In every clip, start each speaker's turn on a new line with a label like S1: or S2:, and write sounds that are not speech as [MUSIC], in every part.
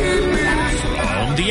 S1: From the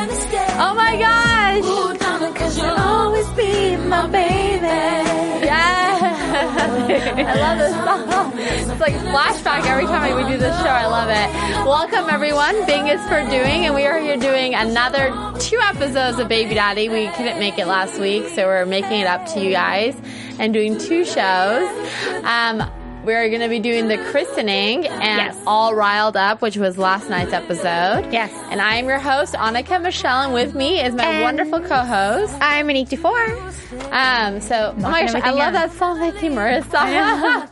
S2: Oh my gosh! Yeah! I love this song. It's like flashback every time we do this show. I love it. Welcome everyone. Bing is for doing, and we are here doing another two episodes of Baby Daddy. We couldn't make it last week, so we're making it up to you guys and doing two shows. Um, we're going to be doing the christening and
S3: Yes.
S2: all riled up, which was last night's episode.
S3: Yes.
S2: And I am your host, Annika Michelle, and with me is my
S3: And-
S2: wonderful co-host.
S3: I'm an 84.
S2: Um, so, oh my gosh, I
S3: everything
S2: love
S3: down.
S2: that song, Thank You, Marissa.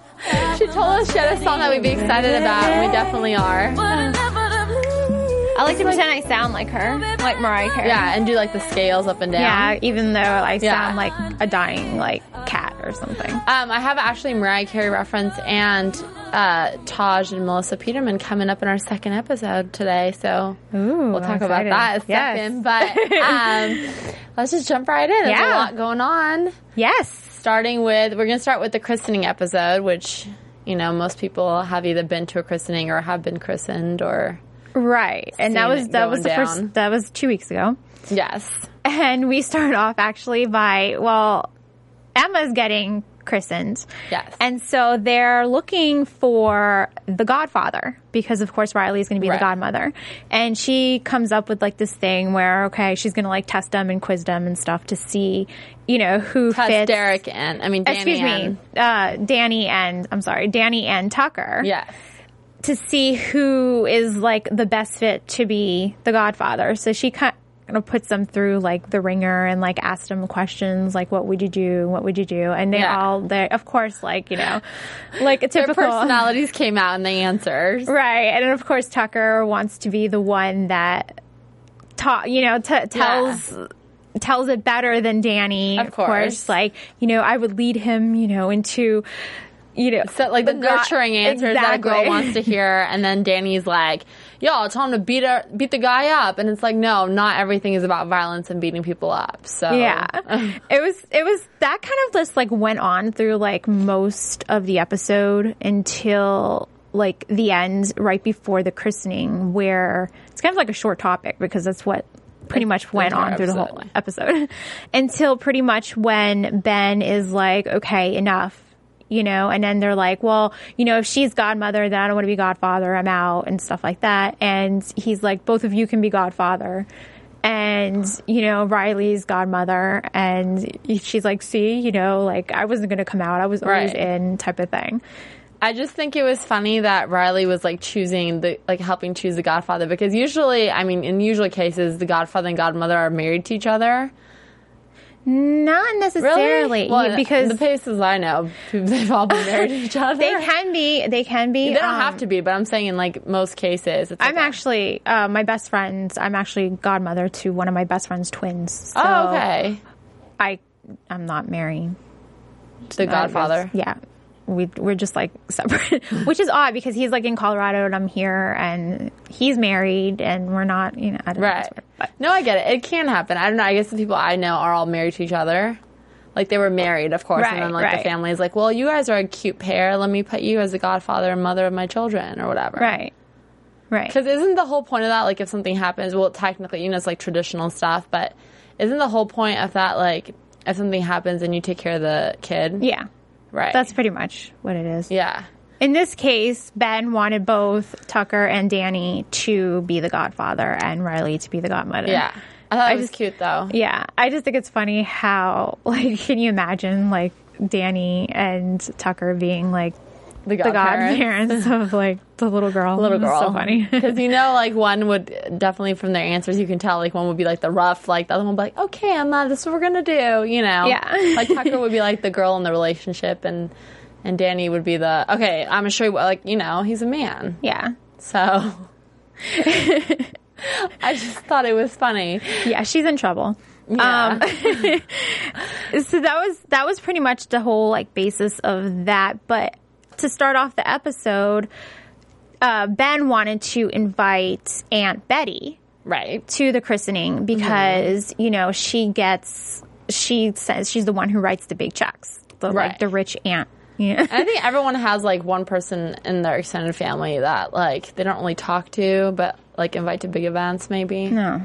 S2: [LAUGHS] she told us she had a song that we'd be excited about, and we definitely are.
S3: I like to pretend I sound like her, like Mariah Carey.
S2: Yeah, and do like the scales up and down.
S3: Yeah, even though I
S2: Yeah.
S3: sound like a dying like cat or something.
S2: Um, I have actually Mariah Carey reference and uh, Taj and Melissa Peterman coming up in our second episode today. So we'll talk
S3: I'm
S2: about
S3: excited.
S2: that in a
S3: Yes.
S2: second. But
S3: [LAUGHS]
S2: um, let's just jump right in. There's a
S3: Yeah.
S2: lot going on.
S3: Yes.
S2: starting with we're going to start with the christening episode which you know most people have either been to a christening or have been christened or
S3: Right. And that
S2: Seeing
S3: was
S2: it
S3: that was
S2: going
S3: the
S2: down.
S3: first that was 2 weeks ago.
S2: yes
S3: And we start off actually by well Emma's getting christened.
S2: Yes.
S3: And so they're looking for the godfather because of course Riley is going to be
S2: Right.
S3: the godmother. And she comes up with like this thing where okay, she's going to like test them and quiz them and stuff to see, you know, who
S2: Plus
S3: fits
S2: derek and i mean Danny
S3: Excuse
S2: and-
S3: me, uh, Danny and I'm sorry, Danny and Tucker
S2: yes
S3: to see who is like the best fit to be the Godfather. So she kind of puts them through like the ringer and like asks them questions like, "What would you do? What would you do?" And they
S2: Yeah.
S3: all, they of course, like you know, like
S2: [LAUGHS]
S3: a [LAUGHS]
S2: their
S3: typical
S2: personalities came out in the answers
S3: Right. And of course, Tucker wants to be the one that ta- you know, t- tells tells it better than Danny.
S2: Of course.
S3: Like, you know, I would lead him, you know, into you know,
S2: so like the,
S3: God-
S2: nurturing answers that a girl
S3: Exactly.
S2: wants to hear and then danny's like yo tell him to beat her, beat the guy up and it's like no not everything is about violence and beating people up so [LAUGHS]
S3: Yeah. it was it was that kind of just like went on through like most of the episode until like the end right before the christening where it's kind of like a short topic because that's what pretty much went
S2: entire
S3: on through the whole
S2: episode.
S3: episode [LAUGHS] until pretty much when Ben is like okay enough you know and then they're like well you know if she's godmother then I don't want to be godfather I'm out and stuff like that and he's like both of you can be godfather and you know Riley's godmother, and she's like, "See, you know, like I wasn't gonna come out. I was always
S2: Right.
S3: in," type of thing.
S2: I just think it was funny that Riley was like choosing the like helping choose the godfather because usually, I mean, in usual cases, the godfather and godmother are married to each other.
S3: Not necessarily
S2: Well,
S3: because
S2: the places I know, they've all been married to
S3: [LAUGHS]
S2: each other.
S3: they can be. They can be.
S2: They don't
S3: um,
S2: have to be, but I'm saying in like most cases, it's
S3: I'm
S2: like,
S3: actually uh, my best friends. I'm actually godmother to one of my best friend's twins. So
S2: oh, okay,
S3: I I'm not marrying
S2: the godfather.
S3: Yeah. We, we're just like [LAUGHS] separate, which is odd because he's like in Colorado and I'm here and he's married and we're not, you know, I don't know.
S2: Right.
S3: It's weird, but-
S2: No, I get it. It can happen. I don't know. I guess the people I know are all married to each other. Like they were married, of course, and then
S3: Right,
S2: like the
S3: right.
S2: family is like, "Well, you guys are a cute pair. Let me put you as the godfather and mother of my children, or whatever."
S3: Right. Right.
S2: Because isn't the whole point of that like if something happens? Well, technically, you know, it's like traditional stuff, but isn't the whole point of that like if something happens and you take care of the kid?
S3: Yeah.
S2: right.
S3: That's pretty much what it is.
S2: yeah,
S3: In this case, Ben wanted both Tucker and Danny to be the godfather and Riley to be the godmother.
S2: yeah. I thought
S3: I
S2: it was
S3: just-
S2: cute though.
S3: Yeah. I just think it's funny [LAUGHS] how, like, can you imagine, like, Danny and Tucker being like
S2: The
S3: the
S2: godparents. [LAUGHS]
S3: godparents of like the little girl.
S2: Little girl.
S3: so funny. [LAUGHS]
S2: Because you know, like, one would definitely, from their answers, you can tell, like, one would be like the rough, like, the other one would be like, okay, Emma, this is what we're going to do, you know?
S3: Yeah.
S2: [LAUGHS] like, Tucker would be like the girl in the relationship, and and Danny would be the, okay, I'm going to show you what, like, you know, he's a man.
S3: yeah,
S2: So [LAUGHS] I just thought it was funny. Um,
S3: yeah, she's in trouble.
S2: Yeah.
S3: so that was that was pretty much the whole like basis of that but to start off the episode uh, ben wanted to invite aunt betty
S2: right.
S3: to the
S2: Mm-hmm.
S3: christening because you know she gets she says she's the one who writes the big checks the
S2: Right.
S3: like the rich aunt yeah
S2: And I think everyone has like one person in their extended family that like they don't really talk to, but like invite to big events maybe.
S3: no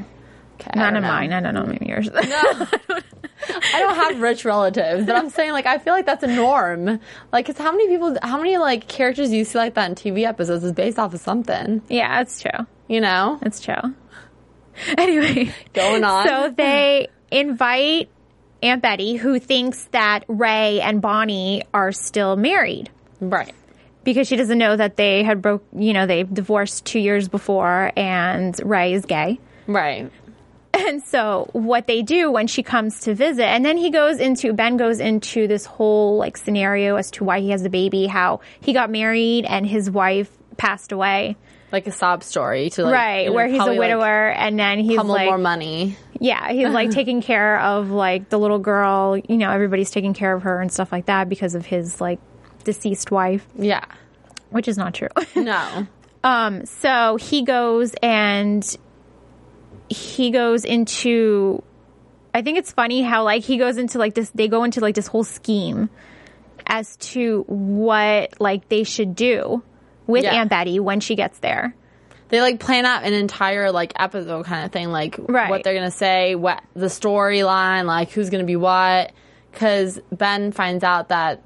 S2: Okay, I
S3: none
S2: don't
S3: of
S2: know.
S3: mine i don't know maybe yours
S2: I don't have rich relatives, but I'm saying like I feel like that's a norm. Like, cause how many people, how many like characters do you see like that in TV episodes is based off of something,
S3: [LAUGHS] yeah that's true
S2: you know?
S3: that's true [LAUGHS] anyway
S2: Going on.
S3: So they invite Aunt Betty, who thinks that Ray and Bonnie are still married
S2: right.
S3: because she doesn't know that they had broke, you know, they divorced two years before and Ray is gay.
S2: Right.
S3: And so what they do when she comes to visit, and then he goes into, Ben goes into this whole like scenario as to why he has the baby, how he got married and his wife passed away.
S2: Like a sob story to like,
S3: right.
S2: you know,
S3: where he's a
S2: probably, like,
S3: widower and then he's
S2: pummel
S3: like,
S2: more money.
S3: Yeah, he's
S2: [LAUGHS]
S3: like taking care of like the little girl. You know, everybody's taking care of her and stuff like that because of his like deceased wife,
S2: Yeah.
S3: which is not true. [LAUGHS]
S2: No.
S3: um, so he goes and he goes into. I think it's funny how like he goes into like this. They go into like this whole scheme as to what like they should do with
S2: Yeah.
S3: Aunt Betty when she gets there.
S2: they like plan out an entire like episode kind of thing like
S3: Right.
S2: what they're gonna say what the storyline like who's gonna be what because ben finds out that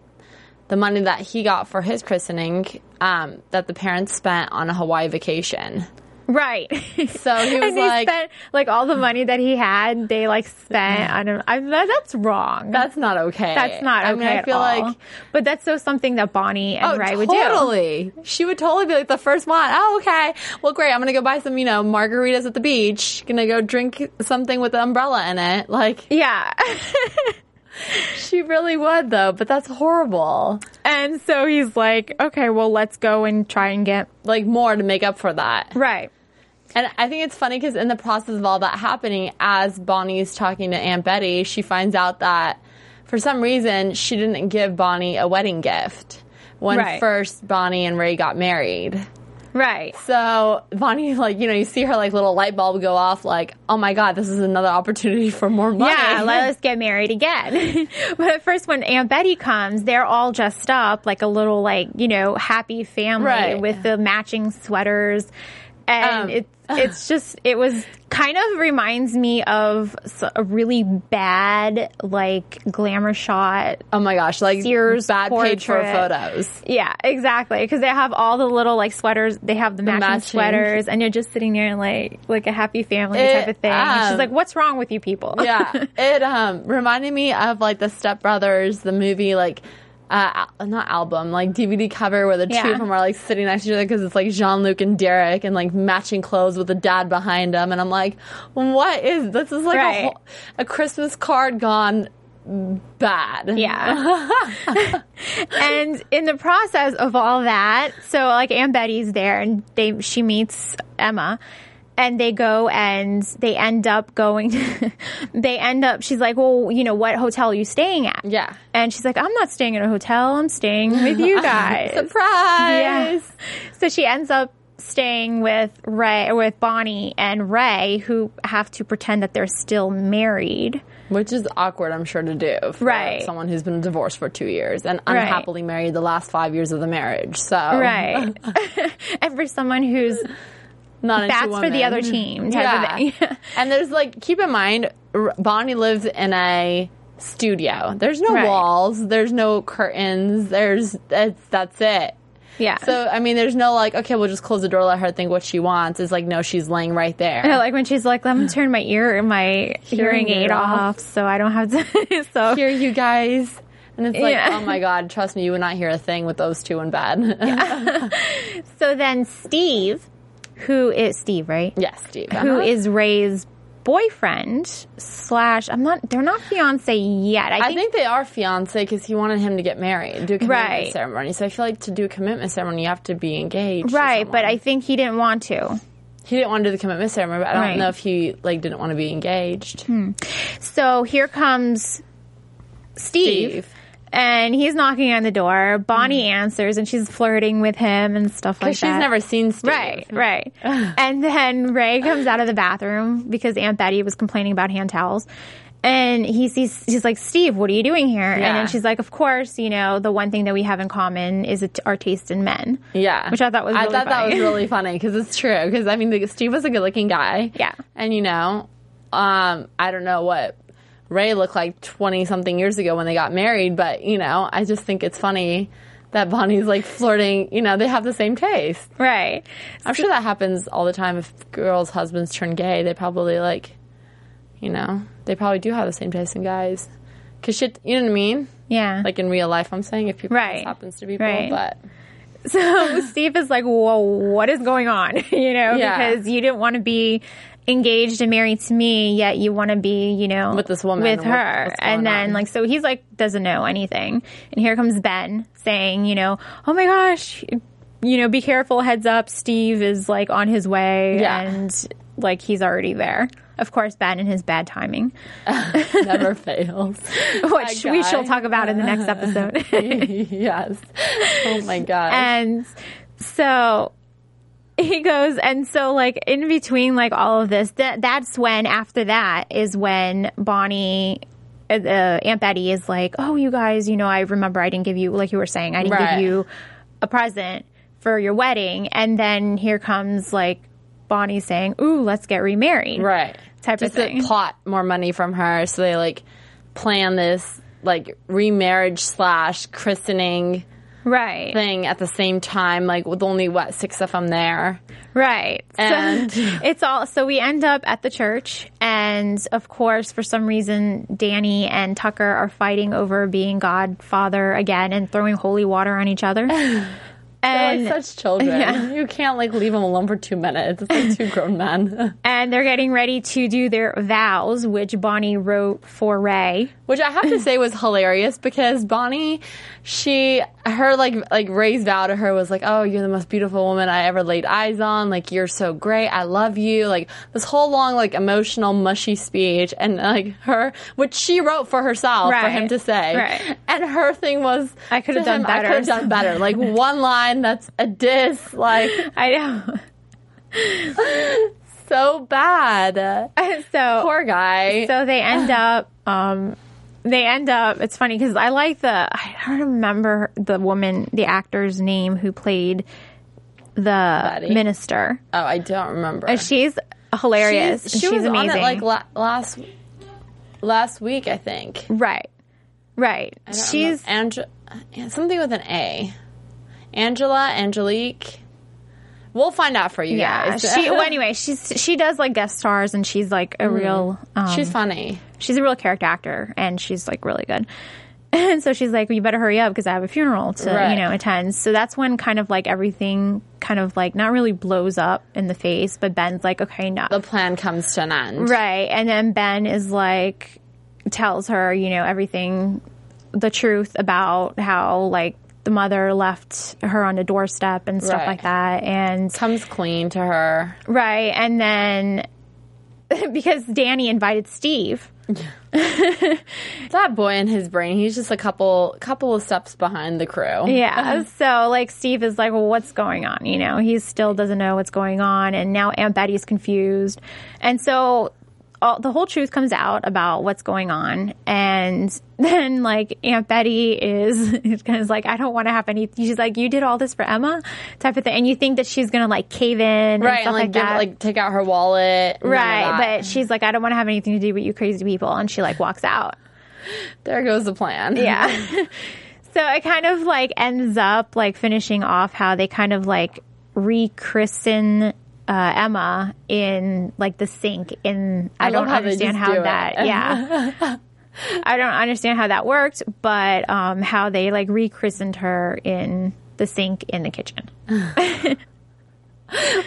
S2: the money that he got for his christening um, that the parents spent on a hawaii vacation
S3: Right. [LAUGHS]
S2: so he was
S3: and he
S2: like
S3: spent like all the money that he had. They like spent on him. I that, that's wrong.
S2: that's not okay
S3: that's not okay.
S2: i mean i
S3: at
S2: feel
S3: all.
S2: like
S3: but that's so something that Bonnie and
S2: Oh,
S3: Ray would do.
S2: totally. She would totally be like the first one. Oh, okay. Well, great. I'm gonna go buy some, you know, margaritas at the beach. Gonna go drink something with an umbrella in it. Like
S3: Yeah, [LAUGHS]
S2: She really would, though, but that's horrible.
S3: and so he's like, okay, well, let's go and try and get
S2: Like, more to make up for that.
S3: right.
S2: And I think it's funny because in the process of all that happening, as Bonnie's talking to Aunt Betty, she finds out that for some reason she didn't give Bonnie a wedding gift when
S3: Right.
S2: first Bonnie and Ray got married.
S3: Right.
S2: So Bonnie, like, you know, you see her like little light bulb go off, like, oh my God, this is another opportunity for more money.
S3: Yeah, let us get married again. [LAUGHS] but at first, when Aunt Betty comes, they're all dressed up like a little, like you know, happy family
S2: Right.
S3: with the matching sweaters, and
S2: Um,
S3: it's it's just it was kind of reminds me of s- a really bad like glamour shot.
S2: [LAUGHS] oh my gosh, like,
S3: Sears
S2: bad paid for
S3: portrait.
S2: photos.
S3: Yeah, exactly. Because they have all the little like sweaters. They have the matching,
S2: matching.
S3: sweaters, and you're just sitting there like like a happy family
S2: It-
S3: type of thing. and
S2: um,
S3: she's like, "What's wrong with you people?" [LAUGHS]
S2: yeah, it um reminded me of like the Step Brothers, the movie, like uh al- not album, like DVD cover where the two
S3: Yeah.
S2: of them are like sitting next to each other because it's like Jean Luc and Derek and like matching clothes with the dad behind them, and I'm like, what is this? Is like a,
S3: Right.
S2: whole, a Christmas card gone bad.
S3: Yeah. and in the process of all that, so like Aunt Betty's there and they she meets Emma and they go and they end up going [LAUGHS] they end up she's like, "Well, you know, what hotel are you staying at?"
S2: Yeah.
S3: And she's like, "I'm not staying at a hotel. I'm staying with you guys."
S2: Surprise!
S3: Yes. So she ends up staying with Ray with Bonnie and Ray who have to pretend that they're still married.
S2: Which is awkward, I'm sure, to do for
S3: Right.
S2: someone who's been divorced for two years and
S3: Right.
S2: unhappily married the last five years of the marriage. So,
S3: Right. [LAUGHS] and for someone who's
S2: not into
S3: bats for
S2: women.
S3: the other team type
S2: yeah.
S3: of thing. [LAUGHS]
S2: and there's like, keep in mind, R- Bonnie lives in a studio. There's no
S3: Right.
S2: walls. There's no curtains. There's that's that's it.
S3: yeah.
S2: So I mean, there's no like, okay, we'll just close the door, let her think what she wants. It's like, no, she's laying right there.
S3: Yeah, like when she's like, "Let me turn my ear, my hearing,
S2: aid
S3: aid
S2: off.
S3: off, so I don't have to." [LAUGHS] so
S2: Here, you guys. And it's like,
S3: Yeah.
S2: oh my God, trust me, you would not hear a thing with those two in bed. [LAUGHS]
S3: So then Steve, who is Steve, right?
S2: yes, Steve.
S3: Who
S2: Uh-huh.
S3: is Ray's boyfriend slash I'm not they're not fiance yet. I,
S2: I
S3: think,
S2: think they are fiance because he wanted him to get married, do a commitment
S3: Right.
S2: ceremony. So I feel like to do a commitment ceremony, you have to be engaged. to
S3: right, but
S2: someone.
S3: I think he didn't want to.
S2: he didn't want to do the commitment ceremony. But I don't
S3: Right. Hmm.
S2: know if he like didn't want to be engaged.
S3: So here comes Steve.
S2: Steve. Mm.
S3: And he's knocking on the door. Bonnie answers and she's flirting with him and stuff like
S2: She's
S3: that.
S2: never seen Steve.
S3: Right,
S2: [LAUGHS]
S3: right. and then Ray comes out of the bathroom because Aunt Betty was complaining about hand towels. And he sees, he's like, Steve, what are you doing here? And
S2: Yeah.
S3: then she's like, Of course, you know, the one thing that we have in common is it- our taste in men.
S2: Yeah,
S3: Which I thought was
S2: I
S3: really
S2: thought that
S3: funny.
S2: was really funny because it's true. Because I mean, the, Steve was a good-looking guy.
S3: Yeah.
S2: and you know, um, I don't know what Ray looked like twenty-something years ago when they got married, but you know, I just think it's funny that Bonnie's like flirting. You know, they have the same taste.
S3: Right.
S2: I'm sure that happens all the time. If girls' husbands turn gay, they probably like, you know, they probably do have the same taste in guys. Cause shit, you know what I mean?
S3: Yeah.
S2: Like in real life, I'm saying if people
S3: Right.
S2: this happens to people,
S3: Right. [LAUGHS]
S2: but
S3: so Steve is like, Whoa, what is going on? [LAUGHS] you know,
S2: Yeah.
S3: because you didn't want to be engaged and married to me, yet you want to be, you know,
S2: With this woman.
S3: with
S2: What-
S3: her.
S2: what's going
S3: and then,
S2: on?
S3: like, so he's like, doesn't know anything. And here comes Ben saying, you know, oh my gosh, you know, be careful, heads up, Steve is like on his way
S2: Yeah.
S3: and like he's already there. Of course, Ben and his bad timing, [LAUGHS]
S2: never fails. [LAUGHS]
S3: which
S2: That
S3: we
S2: guy.
S3: shall talk about in the next episode. [LAUGHS]
S2: yes. Oh my gosh.
S3: and so [LAUGHS] he goes and so like in between like all of this that that's when after that is when bonnie uh, uh, aunt betty is like oh you guys you know i remember i didn't give you like you were saying i didn't
S2: Right.
S3: give you a present for your wedding and then here comes like bonnie saying ooh let's get remarried
S2: right.
S3: type
S2: Just to
S3: of thing
S2: plot more money from her, so they like plan this like remarriage slash christening
S3: right
S2: thing at the same time, like with only what six of them there.
S3: Right.
S2: And-
S3: so [LAUGHS] it's all so we end up at the church and of course for some reason Danny and Tucker are fighting over being godfather again and throwing holy water on each other.
S2: They're
S3: And
S2: like such [LAUGHS] children. You can't like leave them alone for two minutes. It's like two grown men. [LAUGHS]
S3: and they're getting ready to do their vows which Bonnie wrote for Ray.
S2: Which I have to say was hilarious because Bonnie, she her like like Ray's vow to her was like, "Oh, you're the most beautiful woman I ever laid eyes on. Like you're so great. I love you." Like this whole long like emotional mushy speech and like her which she wrote for herself for
S3: Right.
S2: him to say.
S3: Right.
S2: And her thing was
S3: I could've
S2: to
S3: done
S2: him, I
S3: better."
S2: could have done better. [LAUGHS] Like one line that's a diss like
S3: I know.
S2: so bad.
S3: [LAUGHS]
S2: [LAUGHS]
S3: so
S2: Poor guy.
S3: So they end up. Um, they end up. It's funny because I like the. I don't remember the woman, the actor's name who played the minister.
S2: oh, I don't remember.
S3: She's hilarious.
S2: She's-
S3: and
S2: she
S3: she's
S2: was
S3: amazing.
S2: on it like la- last last week, I think.
S3: right, right. She's
S2: Ange- something with an A. Angela, Angelique. We'll find out for you
S3: yeah.
S2: guys. [LAUGHS]
S3: She well, anyway. She's she does like guest stars and she's like
S2: Mm-hmm.
S3: a real. Um,
S2: she's funny.
S3: she's a real character actor and she's like really good. [LAUGHS] And so she's like, "Well, you better hurry up because I have a funeral to,
S2: Right.
S3: you know, attend." So that's when kind of like everything kind of like not really blows up in the face, but Ben's like, "Okay, no."
S2: The plan comes to an end.
S3: Right. And then Ben is like, tells her, you know, everything, the truth about how like the mother left her on the doorstep and stuff
S2: Right.
S3: like that. And
S2: Comes clean to her.
S3: right. And then [LAUGHS] because Danny invited Steve.
S2: That boy in his brain, he's just a couple couple of steps behind the crew. Uh-huh.
S3: Yeah. So like Steve is like, well, what's going on? You know, he still doesn't know what's going on, and now Aunt Betty's confused, and so all, the whole truth comes out about what's going on, and [LAUGHS] then like Aunt Betty is [LAUGHS] is like, I don't want to have any. She's like, you did all this for Emma, type of thing, and you think that she's gonna like cave in, and
S2: Right,
S3: stuff
S2: and like
S3: like
S2: give,
S3: that.
S2: like take out her wallet. none of
S3: Right,
S2: that.
S3: but she's like, I don't want to have anything to do with you crazy people, and she like walks out.
S2: there goes the plan.
S3: Yeah.
S2: Mm-hmm.
S3: [LAUGHS] so it kind of like ends up like finishing off how they kind of like rechristen uh, Emma in like the sink. In I,
S2: love
S3: don't
S2: how they
S3: understand
S2: just
S3: how
S2: do it. [LAUGHS]
S3: that. Yeah. I don't understand how that worked, but um, how they like rechristened her in the sink in the kitchen.
S2: [LAUGHS]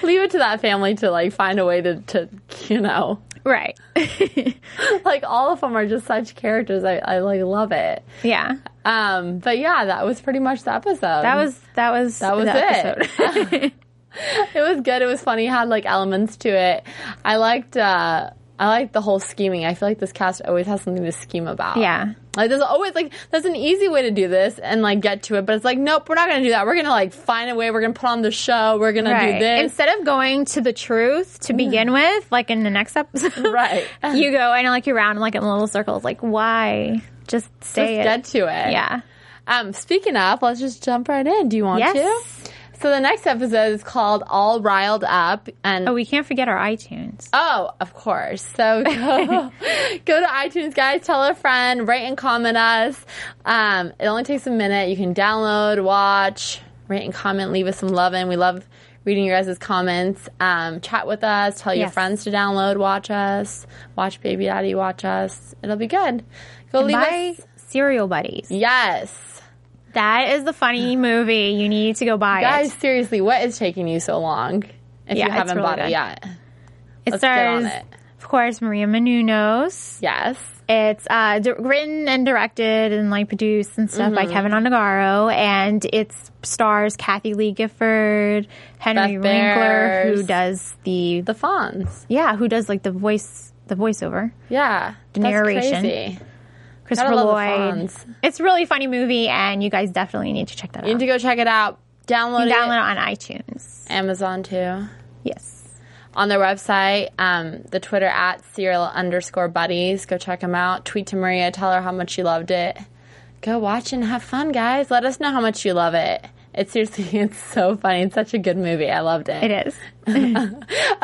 S2: Leave it to that family to like find a way to, to you know,
S3: Right.
S2: [LAUGHS] like all of them are just such characters. I, I like love it.
S3: [LAUGHS] Yeah.
S2: Um, but yeah, that was pretty much the episode.
S3: That was that was
S2: That was
S3: the
S2: it. [LAUGHS] it was good. It was funny. It had like elements to it. I liked. uh I liked the whole scheming. I feel like this cast always has something to scheme about.
S3: Yeah.
S2: Like there's always like there's an easy way to do this and like get to it, but it's like nope, we're not gonna do that. We're gonna like find a way. We're gonna put on the show. We're gonna do
S3: Right.
S2: this.
S3: Instead of going to the truth
S2: Mm.
S3: to begin with, like in the next episode,
S2: [LAUGHS] Right.
S3: you go and like you're round like in little circles. Like why? Just say
S2: Just
S3: it.
S2: get to it.
S3: yeah.
S2: Um, speaking of, let's just jump right in. Do you want
S3: Yes.
S2: to? So the next episode is called All Riled Up, and
S3: But Oh, we can't forget our iTunes.
S2: Oh, of course.
S3: [LAUGHS]
S2: So go, go to iTunes, guys. Tell a friend. Rate and comment us. Um, it only takes a minute. You can download, watch, rate and comment. Leave us some love in. We love reading your guys' comments. Um, chat with us. Tell your
S3: Yes.
S2: friends to download, watch us, watch Baby Daddy, watch us. It'll be good. Go leave
S3: Buy
S2: us.
S3: Serial Buddies.
S2: Yes.
S3: That is
S2: [SIGHS]
S3: the funny movie. You need to go buy
S2: Guys,
S3: it.
S2: seriously, what is taking you so long? If you
S3: Yeah, it's
S2: haven't
S3: really
S2: bought it
S3: good.
S2: yet.
S3: It
S2: let's get on
S3: stars,
S2: it.
S3: of course, Maria Menounos.
S2: Yes.
S3: It's uh, di- written and directed and like produced and stuff
S2: Mm-hmm.
S3: by Kevin Onegaro, and it stars Kathy Lee Gifford, Henry
S2: Beth
S3: Winkler, who
S2: Bears.
S3: does the,
S2: The Fawns.
S3: yeah, who does like the voice, the voiceover.
S2: Yeah. That's
S3: narration.
S2: crazy.
S3: Christopher
S2: love the
S3: Lloyd.
S2: Fonz.
S3: It's a really funny movie, and you guys definitely need to check that
S2: You
S3: out.
S2: need to go check it out. Download,
S3: Download
S2: it.
S3: it on iTunes.
S2: Amazon too.
S3: Yes.
S2: On their website, um, the Twitter at serial underscore buddies. Go check them out. Tweet to Maria. Tell her how much you loved it. Go watch and have fun, guys. Let us know how much you love it. It's seriously, [LAUGHS] it's so funny. It's such a good movie. I loved it.
S3: It is.
S2: [LAUGHS]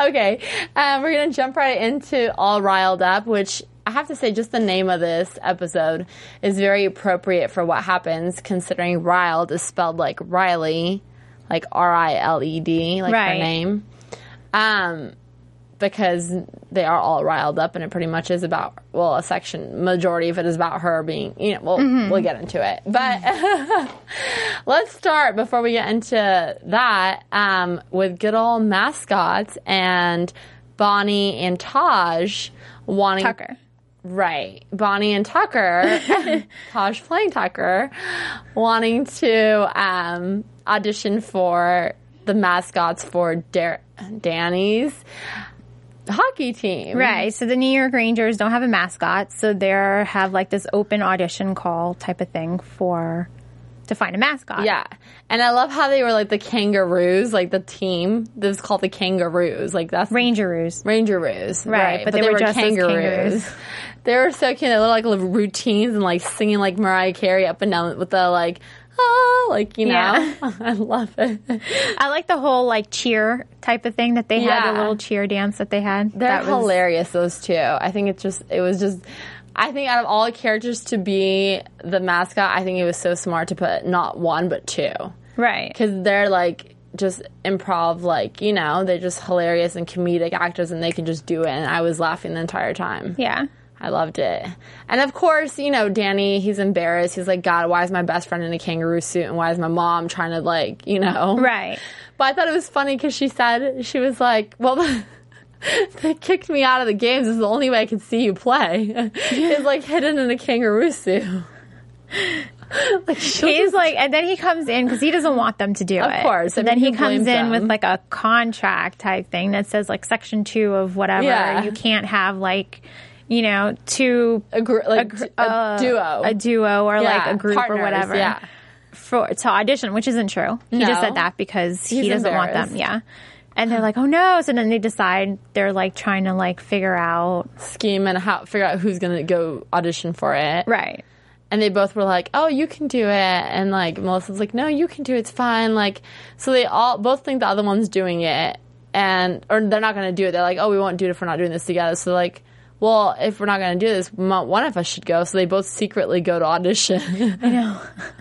S2: okay, um, we're gonna jump right into all riled up, which I have to say, just the name of this episode is very appropriate for what happens, considering riled is spelled like Riley, like R I L E D, like her
S3: Right.
S2: name, um, because they are all riled up, and it pretty much is about well, a section majority of it is about her being, you know, we'll we'll get into it, but. [LAUGHS] Let's start before we get into that um, with good old mascots and Bonnie and Taj wanting
S3: Tucker.
S2: right Bonnie and Tucker Taj playing Tucker wanting to um, audition for the mascots for Dar- Danny's hockey team
S3: Right. So the New York Rangers don't have a mascot, so they are have like this open audition call type of thing for to find a mascot.
S2: Yeah. And I love how they were like the kangaroos, like the team that was called the kangaroos. Like that's
S3: Rangeroos.
S2: Rangeroos, right?
S3: but they were dressed as kangaroos.
S2: [LAUGHS] They were so cute. They looked like little routines and like singing like Mariah Carey up and down with the like, ah, like you know.
S3: Yeah.
S2: [LAUGHS] I love
S3: [LAUGHS]
S2: it.
S3: I like the whole like cheer type of thing that they had,
S2: Yeah.
S3: the little cheer dance that they had.
S2: They're
S3: that
S2: hilarious. Those two. I think it's just it was just. I think out of all the characters to be the mascot, I think it was so smart to put not one but two
S3: Right.
S2: because they're like just improv like you know they're just hilarious and comedic actors and they can just do it and i was laughing the entire time
S3: Yeah.
S2: I loved it. And of course, you know, Danny, he's embarrassed. He's like, God, why is my best friend in a kangaroo suit? And why is my mom trying to, like, you know?
S3: Right.
S2: But I thought it was funny because she said, she was like, well, [LAUGHS] they kicked me out of the games. This is the only way I could see you play. It's like hidden in a kangaroo suit. like, she'll
S3: He's
S2: just-
S3: like, and then he comes in because he doesn't want them to do it.
S2: Of course. I
S3: And then
S2: mean,
S3: he
S2: who
S3: comes in
S2: blames
S3: with
S2: them?
S3: like a contract type thing that says like section two of whatever.
S2: Yeah.
S3: You can't have like, you know, two
S2: a, gr- like
S3: gr-
S2: a,
S3: uh,
S2: duo.
S3: a duo or like
S2: Yeah,
S3: a group
S2: partners,
S3: or whatever
S2: Yeah.
S3: for to audition, which isn't true. He
S2: No.
S3: just said that because
S2: He's
S3: he doesn't want them.
S2: embarrassed.
S3: Yeah. And they're like, oh no! So then they decide they're like trying to like figure out
S2: Scheme and how figure out who's going to go audition for it.
S3: right,
S2: and they both were like, "Oh, you can do it," and like Melissa's like, "No, you can do it. It's fine." Like, so they all both think the other one's doing it, and or they're not gonna do it. They're like, "Oh, we won't do it if we're not doing this together." So like, well, if we're not gonna do this, mo- one of us should go. So they both secretly go to audition. I know. [LAUGHS]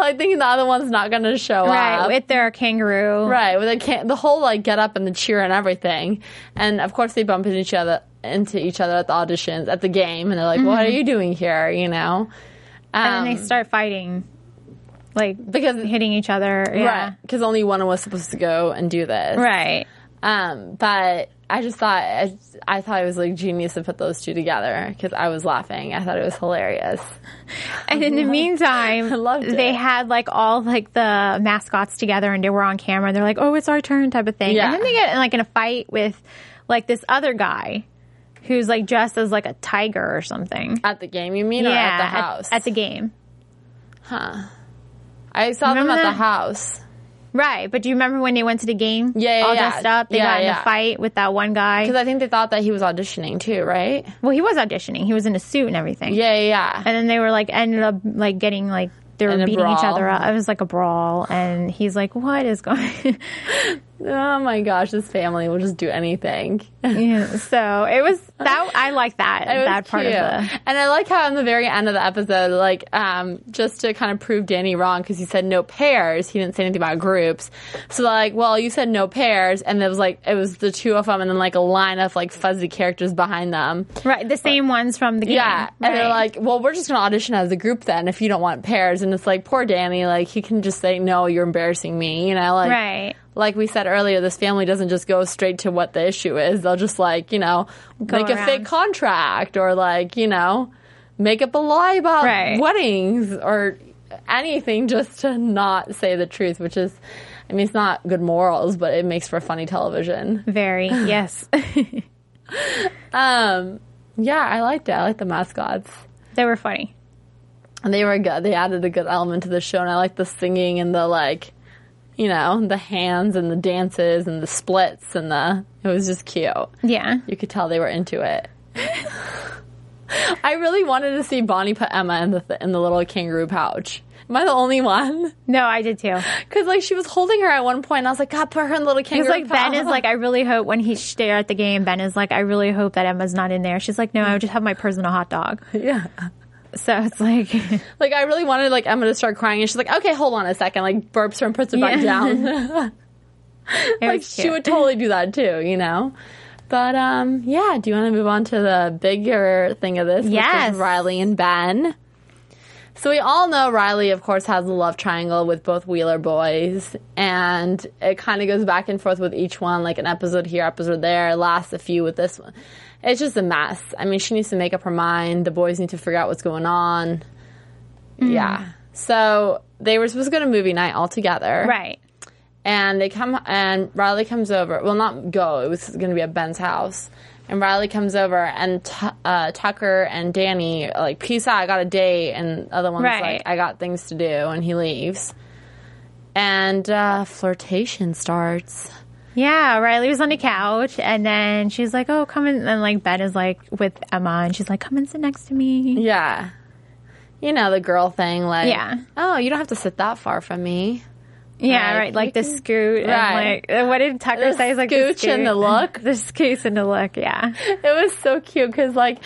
S2: like thinking the other one's not gonna show
S3: right
S2: up.
S3: with their kangaroo.
S2: Right, with the, can- the whole like get up and the cheer and everything, and of course they bump into each other into each other at the auditions, at the game, and they're like, "What are you doing here?" You know,
S3: Mm-hmm.
S2: Um,
S3: and then they start fighting, like
S2: because
S3: hitting each other. Yeah.
S2: right because only one was supposed to go and do this,
S3: Right.
S2: Um, but I just thought I, I thought it was like genius to put those two together because I was laughing. I thought it was hilarious.
S3: And in the
S2: [LAUGHS]
S3: meantime,
S2: loved it.
S3: they had like all like the mascots together and they were on camera and they're like, oh, it's our turn type of thing.
S2: Yeah.
S3: And then they get in, like in a fight with like this other guy who's like dressed as like a tiger or something.
S2: At the game, you mean, or at the house?
S3: At, the game.
S2: I saw them at
S3: Remember
S2: the
S3: that?
S2: house.
S3: Right. But do you remember when they went to the game?
S2: Yeah, yeah,
S3: All
S2: yeah.
S3: dressed up. They
S2: Yeah,
S3: got in
S2: yeah.
S3: a fight with that one guy.
S2: Because I think they thought that he was auditioning too, right?
S3: well, he was auditioning. He was in a suit and everything.
S2: Yeah, yeah, yeah.
S3: And then they were like, ended up like getting like, they were
S2: In a
S3: beating each
S2: brawl.
S3: other up. It was like a brawl. And he's like, what is
S2: [LAUGHS]
S3: going [LAUGHS]
S2: Oh my gosh, this family will just do anything. [LAUGHS]
S3: Yeah, so it was that I like that
S2: It was
S3: that part
S2: cute.
S3: of the
S2: And I like how in the very end of the episode, like, um, just to kind of prove Danny wrong, because he said no pairs, he didn't say anything about groups. So like, well, you said no pairs, and it was like, it was the two of them, and then like a line of like fuzzy characters behind them.
S3: right the same ones from the game.
S2: Yeah. And they're
S3: right.
S2: like, well, we're just going to audition as a group then if you don't want pairs. And it's like, poor Danny, like, he can just say, no, you're embarrassing me. You know, like,
S3: Right.
S2: like we said earlier, this family doesn't just go straight to what the issue is. They'll just, like, you know, make a
S3: around.
S2: fake contract or, like, you know, make up a lie about
S3: Right.
S2: weddings or anything just to not say the truth, which is, I mean, it's not good morals, but it makes for funny television. [SIGHS]
S3: very
S2: [LAUGHS]
S3: yes.
S2: Um, yeah, I liked it. I liked the mascots.
S3: they were funny.
S2: And they were good. They added a good element to the show, and I like the singing and the like, you know, the hands and the dances and the splits and the. It was just cute.
S3: Yeah.
S2: You could tell they were into it. I really wanted to see Bonnie put Emma in the th- in the little kangaroo pouch. Am I the only one?
S3: No, I did too.
S2: Because like she was holding her at one point, and I was like, God, put her in the little
S3: Because
S2: kangaroo.
S3: like Ben
S2: pouch.
S3: is like, I really hope when he's there at the game, Ben is like, I really hope that Emma's not in there. She's like, No, I would just have my personal
S2: [LAUGHS]
S3: hot dog.
S2: [LAUGHS] yeah.
S3: So it's like [LAUGHS]
S2: Like I really wanted like Emma to start crying, and she's like, Okay, hold on a second. Like burps her and puts her back
S3: Yeah. [LAUGHS]
S2: down.
S3: it
S2: like
S3: was
S2: she
S3: cute.
S2: would totally do that too, you know. But um, yeah. Do you want to move on to the bigger thing of this? which is
S3: Yes.
S2: Riley and Ben. So we all know Riley, of course, has a love triangle with both Wheeler boys, and it kind of goes back and forth with each one, like an episode here, episode there, lasts a few with this one. It's just a mess. I mean, she needs to make up her mind. The boys need to figure out what's going on. Yeah. So they were supposed to go to movie night all together
S3: right.
S2: and they come and Riley comes over. Well, not go. It was going to be at Ben's house, and Riley comes over and Tu uh, Tucker and Danny are like, "Peace out, I got a date," and the other one's
S3: Right.
S2: like, "I got things to do," and he leaves. And uh, flirtation starts.
S3: Yeah, Riley was on the couch and then she's like, Oh, come in and like Ben is like with Emma and she's like, Come and sit next to me.
S2: Yeah, you know the girl thing, like,
S3: Yeah.
S2: oh, you don't have to sit that far from me.
S3: Yeah,
S2: Like,
S3: right. Like
S2: you
S3: the
S2: can-
S3: scoot
S2: Right.
S3: and like what did Tucker
S2: The
S3: say? He's like
S2: scooch and the look.
S3: [LAUGHS] The scooch and the look, yeah.
S2: [LAUGHS] It was so cute because like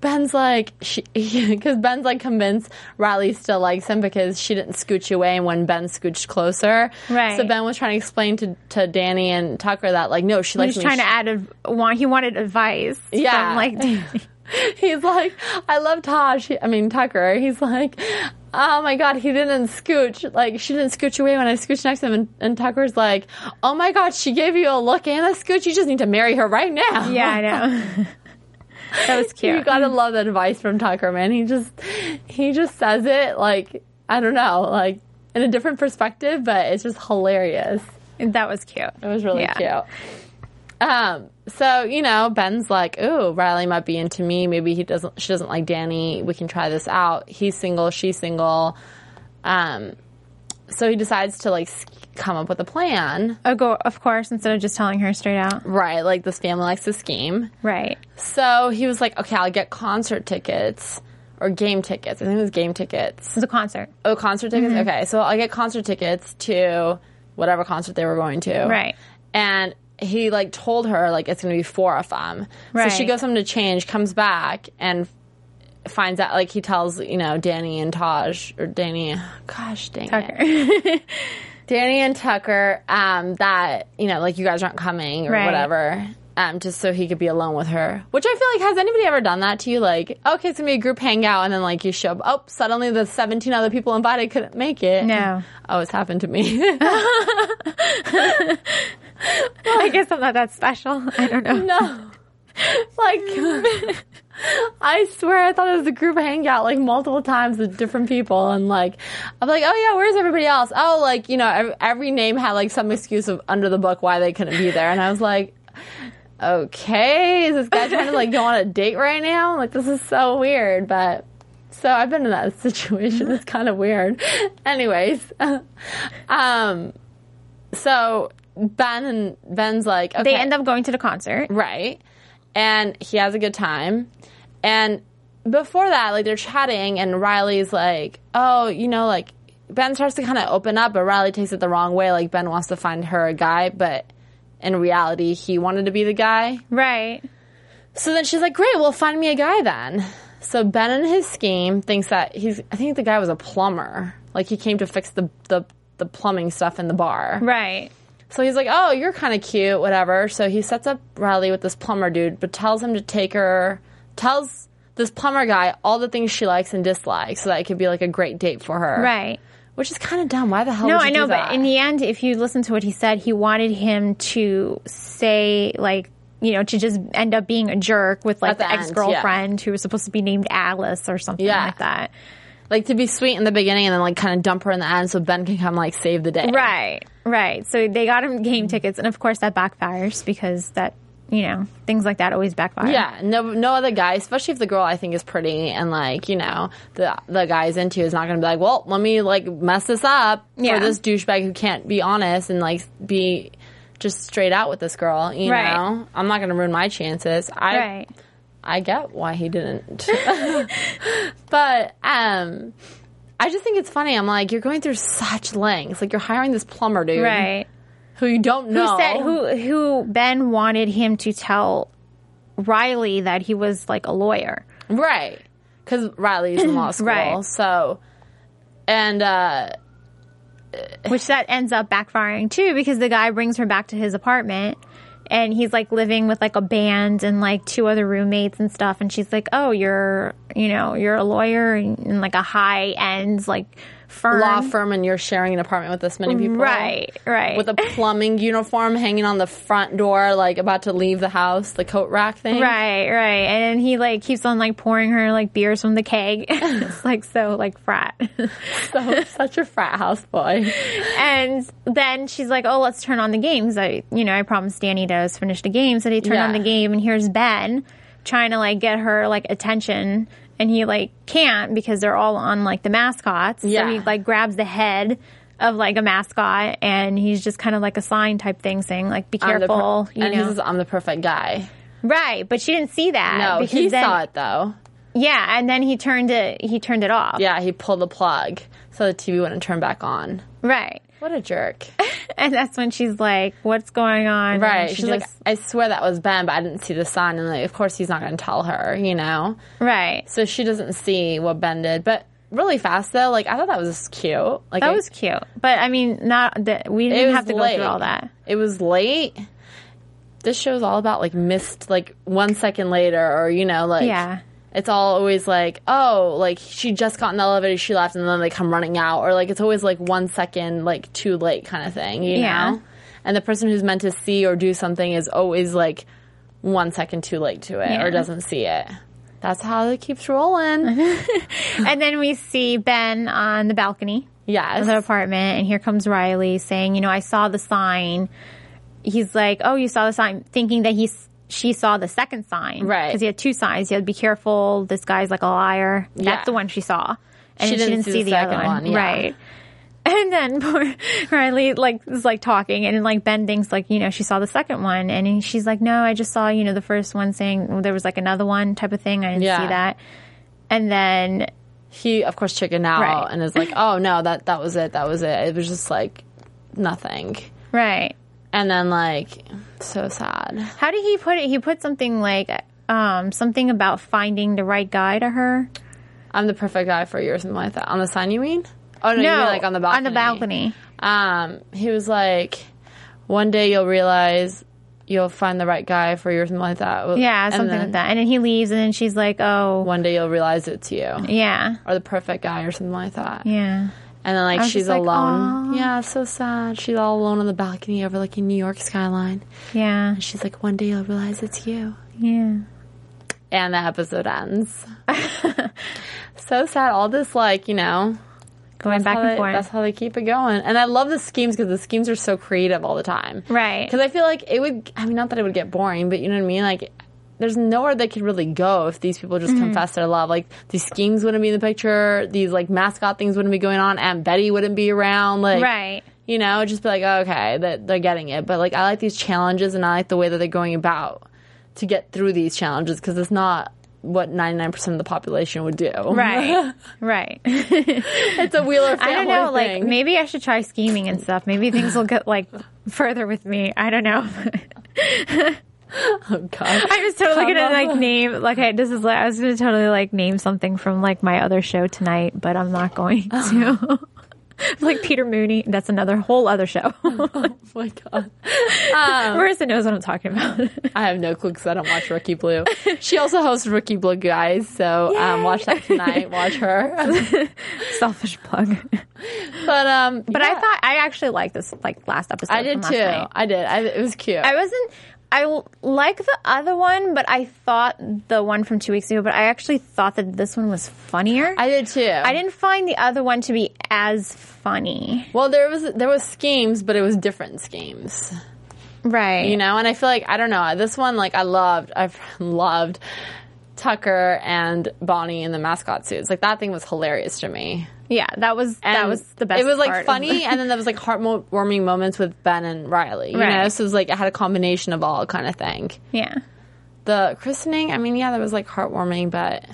S2: Ben's like she [LAUGHS] because Ben's like convinced Riley still likes him because she didn't scooch away when Ben scooched closer.
S3: Right.
S2: So Ben was trying to explain to, to Danny and Tucker that like no she
S3: He
S2: likes
S3: was
S2: me.
S3: trying to
S2: She-
S3: add a want he wanted advice.
S2: Yeah.
S3: From like
S2: [LAUGHS] He's like I love Tosh. I mean Tucker. He's like. Oh my god, he didn't scooch. Like, she didn't scooch away when I scooched next to him. And, and Tucker's like, oh my god, she gave you a look and a scooch. You just need to marry her right now.
S3: Yeah, I know. [LAUGHS] that was cute.
S2: You gotta love that advice from Tucker, man. He just he just says it like I don't know, like in a different perspective, but it's just hilarious.
S3: that was cute.
S2: It was really
S3: Yeah.
S2: cute. Um, so you know, Ben's like, "Ooh, Riley might be into me. Maybe he doesn't. She doesn't like Danny. We can try this out. He's single. She's single." Um, so he decides to like s- come up with a plan,
S3: Oh, go, of course, instead of just telling her straight out.
S2: right? Like this family likes to scheme.
S3: Right.
S2: So he was like, okay, I'll get concert tickets or game tickets. I think it was game tickets.
S3: It was a concert. [LAUGHS]
S2: Oh, concert tickets?
S3: Mm-hmm.
S2: Okay. So I'll get concert tickets to whatever concert they were going to.
S3: Right.
S2: And he like told her like it's going to be four of them. So she
S3: Right.
S2: goes home to change, comes back and finds out like he tells, you know, Danny and Taj or Danny, gosh dang it.
S3: Tucker.
S2: Danny and Tucker um, that you know, like you guys aren't coming or
S3: Right.
S2: whatever, um, just so he could be alone with her. Which I feel like has anybody ever done that to you? Like, okay, it's gonna be a group hangout, and then like you show up. Oh, suddenly the seventeen other people invited couldn't make it. [LAUGHS]
S3: No.
S2: Oh, it's happened to me. [LAUGHS]
S3: I guess I'm not that special. I don't know.
S2: no. Like, [LAUGHS] I swear I thought it was a group hangout like multiple times with different people. And like, I'm like, oh yeah, where's everybody else? Oh, like, you know, ev- every name had like some excuse of under the book why they couldn't be there. And I was like, okay, is this guy trying to like go on a date right now? Like, this is so weird. But so I've been in that [LAUGHS] situation. It's kind of weird. Anyways, [LAUGHS] um, so Ben and Ben's like, okay.
S3: They end up going to the concert.
S2: Right. And he has a good time. And before that, like they're chatting, and Riley's like, oh, you know, like Ben starts to kind of open up, but Riley takes it the wrong way. Like Ben wants to find her a guy, but in reality, he wanted to be the guy.
S3: Right.
S2: So then she's like, great, well, find me a guy then. So Ben and his scheme thinks that he's, I think the guy was a plumber. Like he came to fix the, the, the plumbing stuff in the bar.
S3: Right.
S2: So he's like, "Oh, you're kind of cute, whatever." So he sets up Riley with this plumber dude, but tells him to take her, tells this plumber guy all the things she likes and dislikes, so that it could be like a great date for her,
S3: Right.
S2: Which is kind of dumb. Why the hell?
S3: No,
S2: would you
S3: I know,
S2: do that?
S3: but in the end, if you listen to what he said, he wanted him to say, like, you know, to just end up being a jerk with like
S2: At the
S3: the,
S2: end, yeah.
S3: ex girlfriend who was supposed to be named Alice or something
S2: Yeah.
S3: like that.
S2: like to be sweet in the beginning and then like kind of dump her in the end, so Ben can come like save the day,
S3: Right, right. So they got him
S2: Mm-hmm.
S3: game tickets, and of course that backfires because that, you know, things like that always backfire.
S2: Yeah, no, no other guy, especially if the girl I think is pretty and like you know the the guy's into is not going to be like, well, let me like mess this up
S3: Yeah.
S2: for this douchebag who can't be honest and like be just straight out with this girl. You
S3: Right.
S2: know, I'm not going to ruin my chances. I
S3: Right.
S2: I get why he
S3: [LAUGHS]
S2: didn't, [LAUGHS] but um. I just think it's funny. I'm like, you're going through such lengths. Like, you're hiring this plumber dude
S3: Right.
S2: who you don't
S3: Who
S2: know.
S3: said who who Ben wanted him to tell Riley that he was like a lawyer.
S2: Right. Because Riley's in
S3: [CLEARS THROAT]
S2: law school.
S3: Right.
S2: So, and, uh,
S3: which that ends up backfiring too because the guy brings her back to his apartment and he's like living with like a band and like two other roommates and stuff and she's like oh you're you know you're a lawyer in, in like a high end like firm
S2: law firm and you're sharing an apartment with this many people.
S3: right right
S2: With a plumbing uniform hanging on the front door, like about to leave the house, the coat rack thing.
S3: right right and then he like keeps on like pouring her like beers from the keg [LAUGHS] it's like so like frat
S2: [LAUGHS] So, such a frat house
S3: [LAUGHS]
S2: boy.
S3: and then she's like, "Oh, let's turn on the games." I, you know, I promised Danny to us finish the game, so they turn
S2: Yeah.
S3: on the game, and here's Ben trying to like get her like attention, and he like can't because they're all on like the mascots.
S2: Yeah.
S3: So he like grabs the head of like a mascot, and he's just kind of like a sign type thing, saying like, "Be
S2: I'm the per-
S3: careful," you
S2: and he
S3: know.
S2: says, I'm the perfect guy.
S3: right, but she didn't see that.
S2: No,
S3: because
S2: he
S3: then-
S2: saw it though.
S3: Yeah, and then he turned it. He turned it off.
S2: Yeah, he pulled the plug so the TV wouldn't turn back on.
S3: Right.
S2: What a jerk.
S3: And that's when she's like, "What's going on?" And
S2: Right.
S3: she
S2: She's like,
S3: just-
S2: I swear that was Ben, but I didn't see the sign. And like, of course, he's not going to tell her, you know?
S3: "Right."
S2: So she doesn't see what Ben did, but really fast though. Like I thought that was cute. Like
S3: That
S2: I-
S3: was cute, but I mean, not that we
S2: It
S3: didn't
S2: was
S3: have to
S2: late.
S3: go through all that.
S2: It was late. This show's all about like missed, like one second later, or you know, like
S3: Yeah.
S2: It's all always like, oh, like she just got in the elevator, she left, and then they come running out, or like it's always like one second, like too late kind of thing, you
S3: Yeah.
S2: know. And the person who's meant to see or do something is always like one second too late to it,
S3: Yeah.
S2: or doesn't see it. That's how it keeps rolling.
S3: [LAUGHS] And then we see Ben on the balcony
S2: yes.
S3: of the apartment, and here comes Riley saying, "You know, I saw the sign." He's like, "Oh, you saw the sign," thinking that he's she saw the second sign,
S2: Right.
S3: Because he had two signs. He had "Be careful, this guy's like a liar." That's
S2: Yeah.
S3: the one she saw, and
S2: She
S3: then
S2: didn't
S3: she didn't see, the, other
S2: second
S3: one,
S2: one, yeah.
S3: right? [LAUGHS] And then [LAUGHS] poor Riley like is like talking, and like Ben thinks like you know she saw the second one, and she's like, no, I just saw you know the first one saying there was like another one type of thing. I didn't
S2: Yeah.
S3: see that. And then
S2: he of course chickened out
S3: Right.
S2: and is like, "Oh no, that that was it. That was it. It was just like nothing."
S3: right,
S2: And then like so sad.
S3: how did he put it? He put something like um something about finding the right guy to her.
S2: I'm the perfect guy for you or something like that. On the sign, you mean? Oh no, you mean like on the balcony.
S3: On the balcony.
S2: Um, he was like, "One day you'll realize." you'll find the right guy for you or something like that. Well,
S3: Yeah,
S2: and
S3: something
S2: then
S3: like that. And then he leaves, and then she's like, "Oh,
S2: One day you'll realize it's you
S3: yeah,
S2: or the perfect guy or something like that.
S3: yeah."
S2: And then like
S3: was
S2: she's
S3: just like,
S2: alone.
S3: "Aw."
S2: Yeah, it's so sad. She's all alone on the balcony overlooking New York skyline.
S3: Yeah,
S2: And she's like, one day you'll realize it's you.
S3: yeah.
S2: And the episode ends. [LAUGHS] so sad. All this like you know
S3: Going back
S2: how
S3: and
S2: they- That's
S3: forth.
S2: how they keep it going. And I love the schemes because the schemes are so creative all the time.
S3: Right.
S2: Because I feel like it would, I mean, not that it would get boring, but you know what I mean? Like, there's nowhere they could really go if these people
S3: Mm-hmm.
S2: just confess their love. Like, these schemes wouldn't be in the picture. These, like, mascot things wouldn't be going on. Aunt Betty wouldn't be around. Like,
S3: Right.
S2: you know, it'd just be like, oh, okay, that they're getting it. But, like, I like these challenges and I like the way that they're going about to get through these challenges because it's not what 99% of the population would do.
S3: Right, right.
S2: [LAUGHS] it's a Wheeler family
S3: I don't know.
S2: thing.
S3: Like, maybe I should try scheming and stuff. Maybe things will get like further with me. I don't know.
S2: God.
S3: I was totally gonna like name like I, this is like I was gonna totally like name something from like my other show tonight, but I'm
S2: [LAUGHS]
S3: not going to. [LAUGHS] like Peter Mooney, that's another whole
S2: [LAUGHS]
S3: other show.
S2: Oh my god.
S3: Marissa knows what I'm talking
S2: [LAUGHS]
S3: about.
S2: I have no clue because I don't watch Rookie Blue. She also hosts Rookie Blue guys, so um,
S3: Yay.
S2: watch that tonight. Watch
S3: [LAUGHS]
S2: her.
S3: Selfish plug.
S2: But um,
S3: But I thought I actually liked this like last episode.
S2: I did
S3: from
S2: too.
S3: last night.
S2: I did. I, it was cute.
S3: I wasn't. I l- like the other one, but I thought the one from two weeks ago. But I actually thought that this one was funnier.
S2: I did too.
S3: I didn't find the other one to be as funny.
S2: Well, there was there was schemes, but it was different schemes,
S3: Right.
S2: you know. And I feel like I don't know this one. Like I loved, I've loved Tucker and Bonnie in the mascot suits. Like that thing was hilarious to me.
S3: Yeah, that was that
S2: And
S3: was the best.
S2: It was like
S3: part of
S2: funny,
S3: the-
S2: and then there was like heartwarming moments with Ben and Riley. You
S3: Right.
S2: know, so it was like I had a combination of all kind of thing.
S3: [LAUGHS] yeah.
S2: The christening, I mean, yeah, that was like heartwarming, but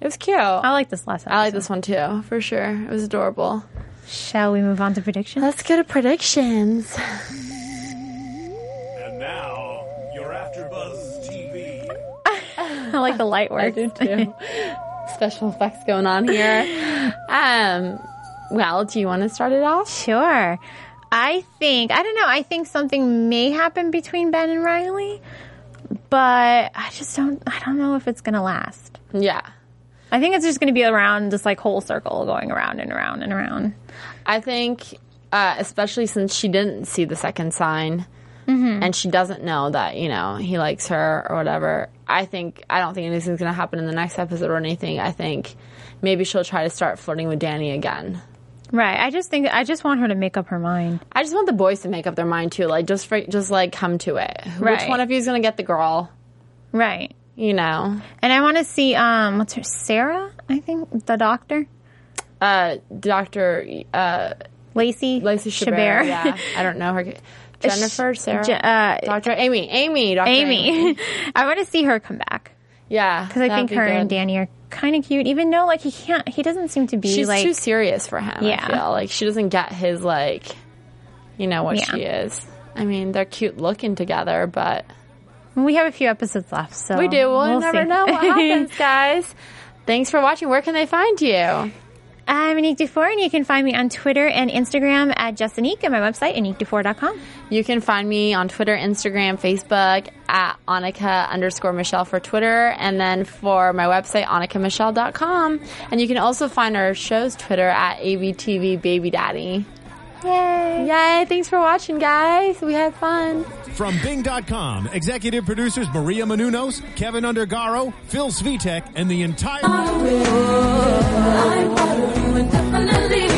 S2: it was cute. I
S3: I
S2: like,
S3: like this last. Episode.
S2: this one too, for sure. It was adorable.
S3: Shall we move on to predictions?
S2: Let's go to [LAUGHS] predictions.
S4: And now, your AfterBuzz TV.
S3: [LAUGHS] [LAUGHS] I like the light work.
S2: too. Special effects going on
S3: [LAUGHS]
S2: here. Um, well, do you want to start it off?
S3: Sure. I think I don't know. I think something may happen between Ben and Riley, but I just don't. I don't know if it's gonna last.
S2: Yeah.
S3: I think it's just going to be around this like whole circle going around and around and around.
S2: I think, uh, especially since she didn't see the second sign
S3: Mm-hmm.
S2: and she doesn't know that, you know, he likes her or whatever. I think, I don't think anything's going to happen in the next episode or anything. I think maybe she'll try to start flirting with Danny again.
S3: Right. I just think I just want her to make up her mind.
S2: I just want the boys to make up their mind too. Like, just, for, just like come to it. Which
S3: Right.
S2: one of you is going to get the girl?
S3: Right.
S2: You know,
S3: And I want to see um what's her Sarah, I think, the doctor,
S2: uh, Dr. Uh,
S3: Lacey
S2: Lacey Chabert.
S3: [LAUGHS]
S2: Yeah. I don't know her. Jennifer, Sarah,
S3: Je- uh,
S2: Dr. Amy, Amy, Dr.
S3: Amy. [LAUGHS] I want to see her come back [LAUGHS]
S2: Yeah.
S3: cuz I think her and Danny are kind of cute even though like he can't he doesn't seem to be
S2: she's
S3: like
S2: too serious for him.
S3: Yeah.
S2: I feel like she doesn't get his like, you know what
S3: Yeah.
S2: she is. I mean, they're cute looking together, but
S3: we have a few episodes left so
S2: we do. We'll, never
S3: see. Uh,
S2: know [LAUGHS] what
S3: [LAUGHS]
S2: happens, guys. Thanks for watching. Where can they find you?
S3: I'm Anique Dufour and you can find me on Twitter and Instagram at justanique and my website aniquedufour.com.
S2: You can find me on Twitter, Instagram, Facebook at Annika underscore Michelle for Twitter, and then for my website, AnnikaMichelle.com. And you can also find our show's Twitter at ABTV Baby Daddy.
S3: Yay.
S2: Yay! Thanks for watching, guys. We had fun.
S1: From Bing.com, executive producers Maria Manunos, Kevin Undergaro, Phil Svitek, and the entire.
S5: I will. I will. Definitely